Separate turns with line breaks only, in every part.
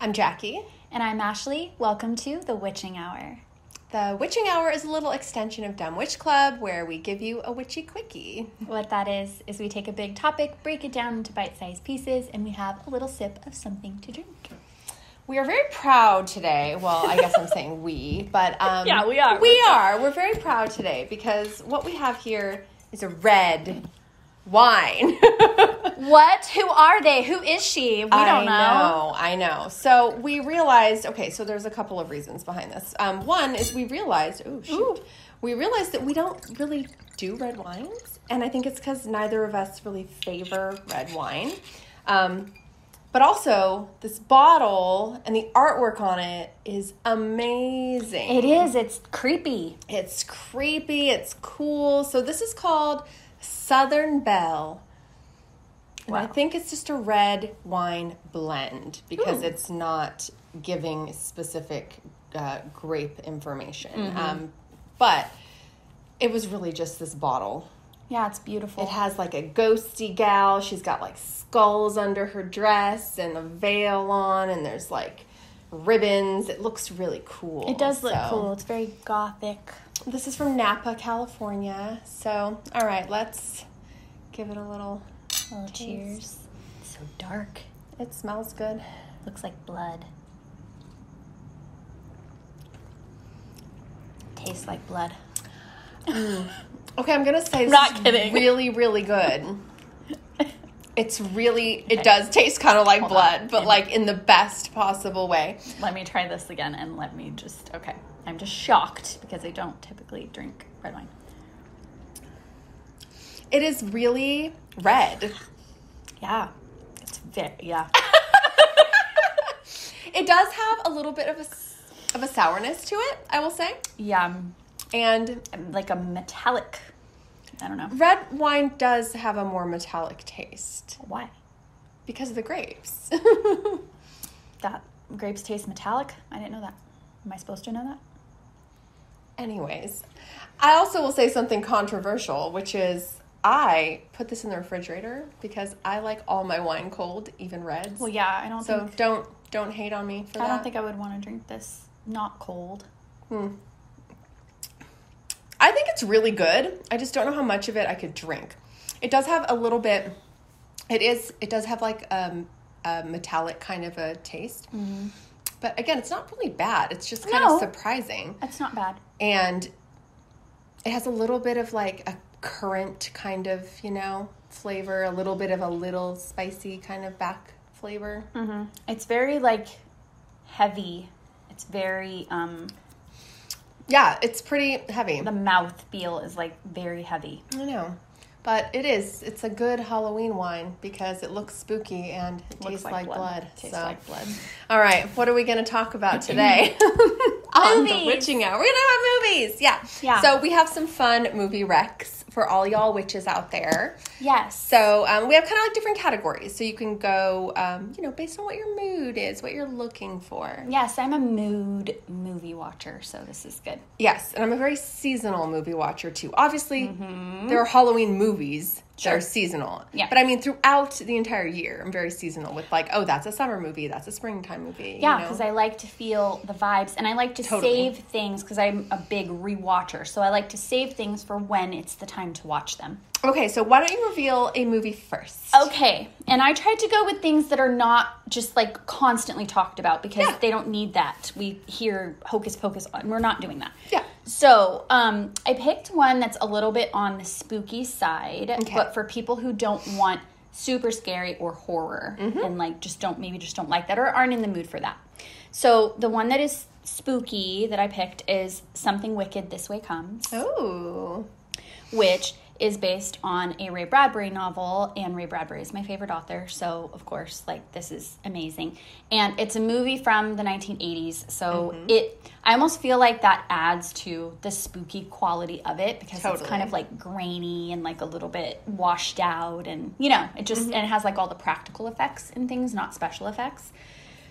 I'm Jackie.
And I'm Ashley. Welcome to The Witching Hour.
The Witching Hour is a little extension of Dumb Witch Club where we give you a witchy quickie.
What that is, is we take a big topic, break it down into bite sized pieces, and we have a little sip of something to drink.
We are very proud today. Well, I guess I'm saying we, but um,
Yeah, we are.
We are. We're very proud today because what we have here is a red wine.
What? Who are they? Who is she? We don't know.
I know. I know. So we realized. Okay, so there's a couple of reasons behind this. Um, one is we realized. Oh shoot.
Ooh.
We realized that we don't really do red wines, and I think it's because neither of us really favor red wine. Um, but also, this bottle and the artwork on it is amazing.
It is. It's creepy.
It's creepy. It's cool. So this is called Southern Belle. And I
Wow.
think it's just a red wine blend because it's not giving specific uh, grape information.
Mm-hmm.
Um, but it was really just this bottle.
Yeah, it's
It
beautiful.
has like a ghosty gal. She's got like skulls under her dress and a veil on, and there's like ribbons. It looks really cool.
It does look
So-
cool. It's very gothic.
this is from Napa, California. So, all right, let's give it a little.
Oh, cheers. so dark.
It smells good.
Looks like blood. Tastes like blood.
Okay, I'm gonna say this
Not
is
kidding.
really, really good. It's really, it does taste kind of like blood,
on.
but like in the best possible way.
Let me try this again and let me just. Okay. I'm just shocked because I don't typically drink red wine.
It is really red.
Yeah. It's very. Yeah.
It does have a little bit of a s- of a sourness to it, I will say,
yeah.
and
um, Like a metallic. I don't know.
red wine does have a more metallic taste
Why?
because of the grapes.
That grapes taste metallic? I didn't know that. Am I supposed to know that?
Anyways, I also will say something controversial, which is I put this in the refrigerator because I like all my wine cold, even reds.
Well, yeah. I don't
so
think.
don't don't hate on me for
I
that.
don't think I would want to drink this not cold.
I think it's really good. I just don't know how much of it I could drink. It does have a little bit. It is. It does have like um, a metallic kind of a taste. But again, it's not really bad. It's just kind
Mm-hmm. No.
of surprising.
That's not bad.
and it has a little bit of like a currant kind of you know flavor a little bit of a little spicy kind of back flavor
Mm. It's very like heavy. It's very um
yeah it's pretty heavy
the mouth feel is like very heavy.
i know but it is it's a good halloween wine because it looks spooky and it
Looks
tastes like, blood,
Tastes
so
like blood.
all right what are we going to talk about today on the
Movies.
witching hour we're going to have movies yeah
Yeah.
so we have some fun movie recs for all y'all witches out there
Yes.
So um, we have kind of like different categories. So you can go, um, you know, based on what your mood is, what you're looking for.
Yes, I'm a mood movie watcher, so this is good.
Yes, and I'm a very seasonal movie watcher too. Obviously, there are Halloween movies that
Mm-hmm. Sure.
are seasonal.
Yeah.
But I mean, throughout the entire year, I'm very seasonal with like, oh, that's a summer movie, that's a springtime movie.
Yeah,
you know?
because I like to feel the vibes and I like to
Totally.
save things because I'm a big rewatcher. So I like to save things for when it's the time to watch them.
Okay, so why don't you reveal a movie first?
Okay, and I tried to go with things that are not just like constantly talked about because
Yeah.
they don't need that. We hear hocus pocus, and we're not doing that.
Yeah.
So um, I picked one that's a little bit on the spooky side, but for people who don't want super scary or horror and like just don't maybe just don't like that or aren't in the mood for that. So the one that is spooky that I picked is Something Wicked This Way Comes
Oh,
which is based on a Ray Bradbury novel, and Ray Bradbury is my favorite author, so of course, like this is amazing. And it's a movie from the 1980s, so it I almost feel like that adds to the spooky quality of it because it's kind
Totally.
of like grainy and like a little bit washed out, and you know, it just and it has like all the practical effects and things, not special effects.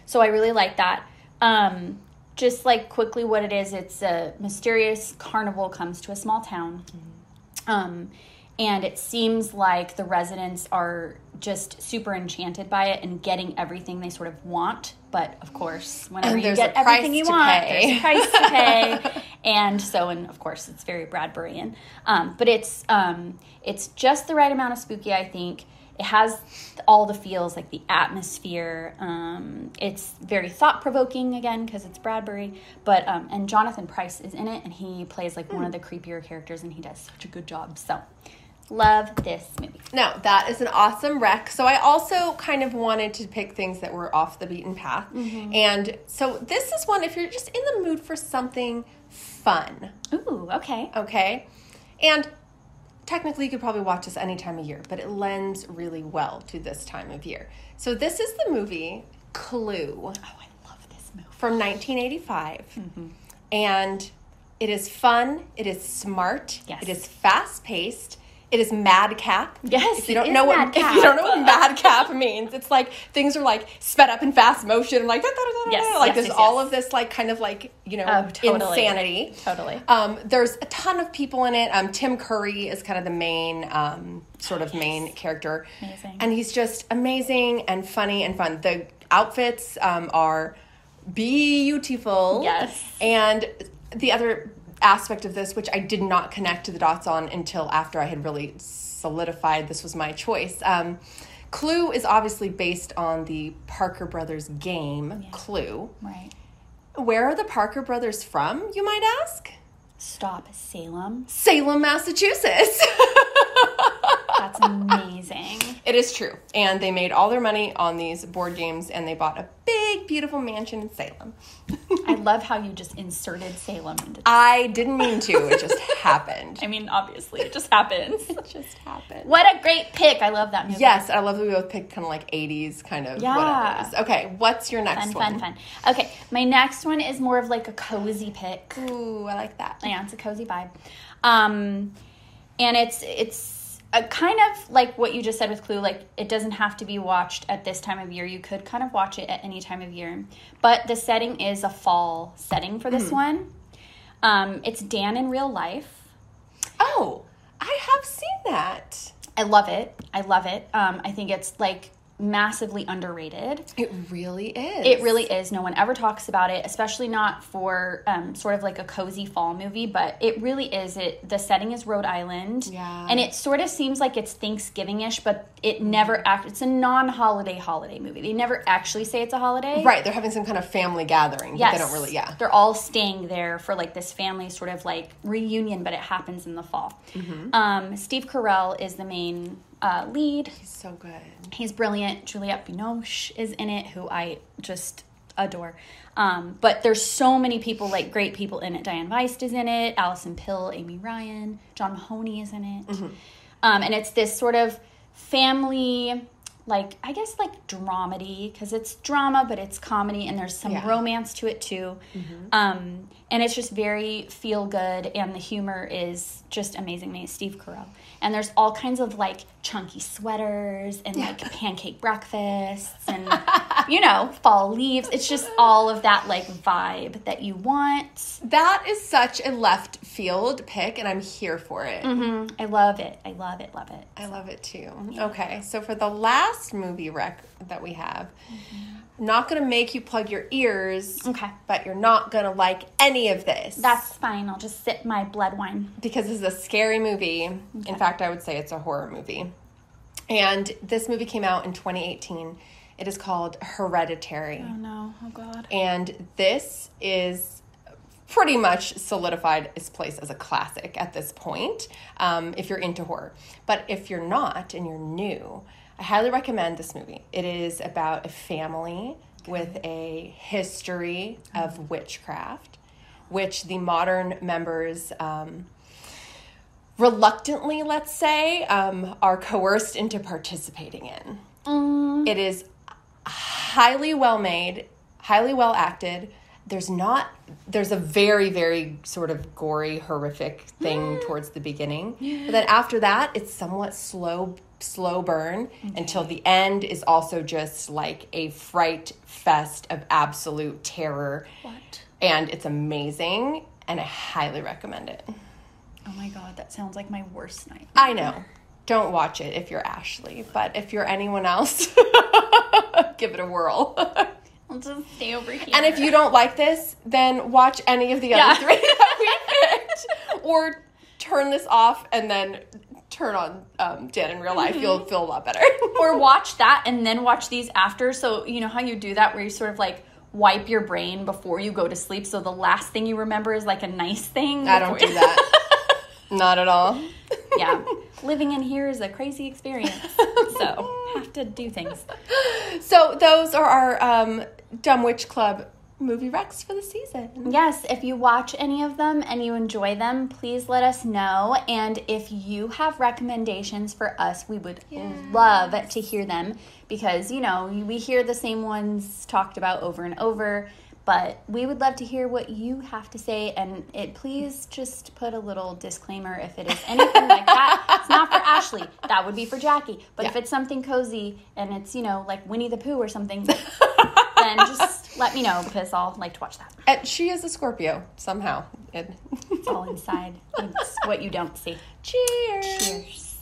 So I really like that. Um, just like quickly, what it is, it's a mysterious carnival comes to a
Mm-hmm.
small town. Um, and it seems like the residents are just super enchanted by it and getting everything they sort of want. But of course, whenever
And
you
there's
get
a price
everything you
to
want,
pay.
there's a price to pay. and so, and of course, it's very Bradburyan. Um, but it's um, it's just the right amount of spooky, I think. It has all the feels, like the atmosphere. Um, it's very thought provoking again because it's Bradbury. But um, and Jonathan Price is in it, and he plays like one of the creepier characters, and he does such a good job. So, love this movie.
No, that is an awesome rec. So I also kind of wanted to pick things that were off the beaten path. And so this is one if you're just in the mood for something fun,
Ooh, okay.
okay? And technically you could probably watch this any time of year, but it lends really well to this time of year. So this is the movie Clue
Oh, I love this movie.
from 1985.
Mm-hmm.
And it is fun, it is smart,
Yes.
it is fast paced, it is madcap.
Yes,
If you
it
don't
is
know what if
madcap.
you don't know what madcap means, it's like things are like sped up in fast motion, like da, da, da, da,
Yes,
da. like
yes,
there's
yes,
all
yes.
of this like kind of like, you know,
Oh, totally.
insanity.
Totally.
Um, there's a ton of people in it. Um, Tim Curry is kind of the main, um, sort of main character.
Amazing.
And he's just amazing and funny and fun. The outfits um, are beautiful.
Yes.
And the other aspect of this, which I did not connect to the dots on until after I had really solidified this was my choice. Um, Clue is obviously based on the Parker Brothers game, Clue.
Right.
Where are the Parker Brothers from, you might ask?
Stop Salem.
Salem, Massachusetts.
That's amazing.
it is true. And they made all their money on these board games and they bought a big, beautiful mansion in Salem.
I love how you just inserted Salem into
I didn't mean to, it just happened.
I mean, obviously, it just happens.
It just happened.
what a great pick. I love that movie.
Yes, I love that we both picked kind of like 80s kind of
Yeah.
whatever. Okay, what's your next
Fun,
one?
fun, fun. Okay, my next one is more of like a cozy pick.
Ooh, I like that.
Yeah, it's a cozy vibe. Um, and it's it's a kind of like what you just said with Clue. Like it doesn't have to be watched at this time of year. You could kind of watch it at any time of year. But the setting is a fall setting for this one. Um, it's Dan in real life.
Oh, I have seen that.
I love it. I love it. Um, I think it's like massively underrated.
It really is.
It really is. No one ever talks about it, especially not for um, sort of like a cozy fall movie. But it really is. It the setting is Rhode Island,
Yeah.
and it sort of seems like it's Thanksgiving ish, but it
Mm-hmm.
never act. It's a non holiday holiday movie. They never actually say it's a holiday.
Right, they're having some kind of family gathering. But they don't really, yeah.
They're all staying there for like this family sort of like reunion, but it happens in the fall.
Mm-hmm.
Um, Steve Carell is the main uh, lead.
So good.
He's brilliant. Juliette Binoche is in it, who I just adore. Um, but there's so many people, like great people in it. Diane Weist is in it, Allison Pill, Amy Ryan, John Mahoney is in it. Um, and it's this sort of family, like, I guess, like dramedy, because it's drama, but it's comedy, and there's some
Yeah.
romance to it too. Um, and it's just very feel good, and the humor is just amazing. Me, Steve Carell, and there's all kinds of like chunky sweaters and like pancake breakfasts and you know fall leaves. It's just all of that like vibe that you want.
That is such a left field pick, and I'm here for it.
Mm, I love it. I love it. Love it.
I love it too. Okay, so for the last movie rec that we have, I'm not gonna make you plug your ears,
Okay.
but you're not gonna like any of this.
That's fine. I'll just sip my blood wine.
because this is a scary movie. In fact, I would say it's a horror movie. And this movie came out in 2018. It is called Hereditary.
no. Oh God.
And this is pretty much solidified its place as a classic at this point um, if you're into horror. But if you're not and you're new, I highly recommend this movie. It is about a family with a history of witchcraft, which the modern members. Um, Reluctantly, let's say, um, are coerced into participating in. It is highly well made, highly well acted. There's not there's a very very sort of gory horrific thing towards the beginning. But then after that, it's somewhat slow slow burn until the end is also just like a fright fest of absolute terror.
What?
And it's amazing and I highly recommend it.
Oh my God. That sounds like my worst night.
I know. Don't watch it if you're Ashley, but if you're anyone else, give it a whirl.
I'll just stay over here.
and if you don't like this, then watch any of the
Yeah.
other three that we picked, or turn this off and then turn on um, Dan in real
Mm-hmm.
life. You'll feel a lot better.
or watch that and then watch these after. So you know how you do that, where you sort of like wipe your brain before you go to sleep. So the last thing you remember is like a nice thing.
I don't
before-
do that. Not at all.
yeah, living in here is a crazy experience. So have to do things.
So those are our um, Dumb Witch Club movie recs for the season.
Yes, if you watch any of them and you enjoy them, please let us know. And if you have recommendations for us, we would love to hear them because, you know, we hear the same ones talked about over and over. But we would love to hear what you have to say, and it please just put a little disclaimer if it is anything like that. It's not for Ashley; that would be for Jackie. But if
Yeah.
it's something cozy and it's you know like Winnie the Pooh or something, then just let me know because I'll like to watch that.
And she is a Scorpio somehow. And
It's all inside. It's what you don't see.
cheers.
Cheers.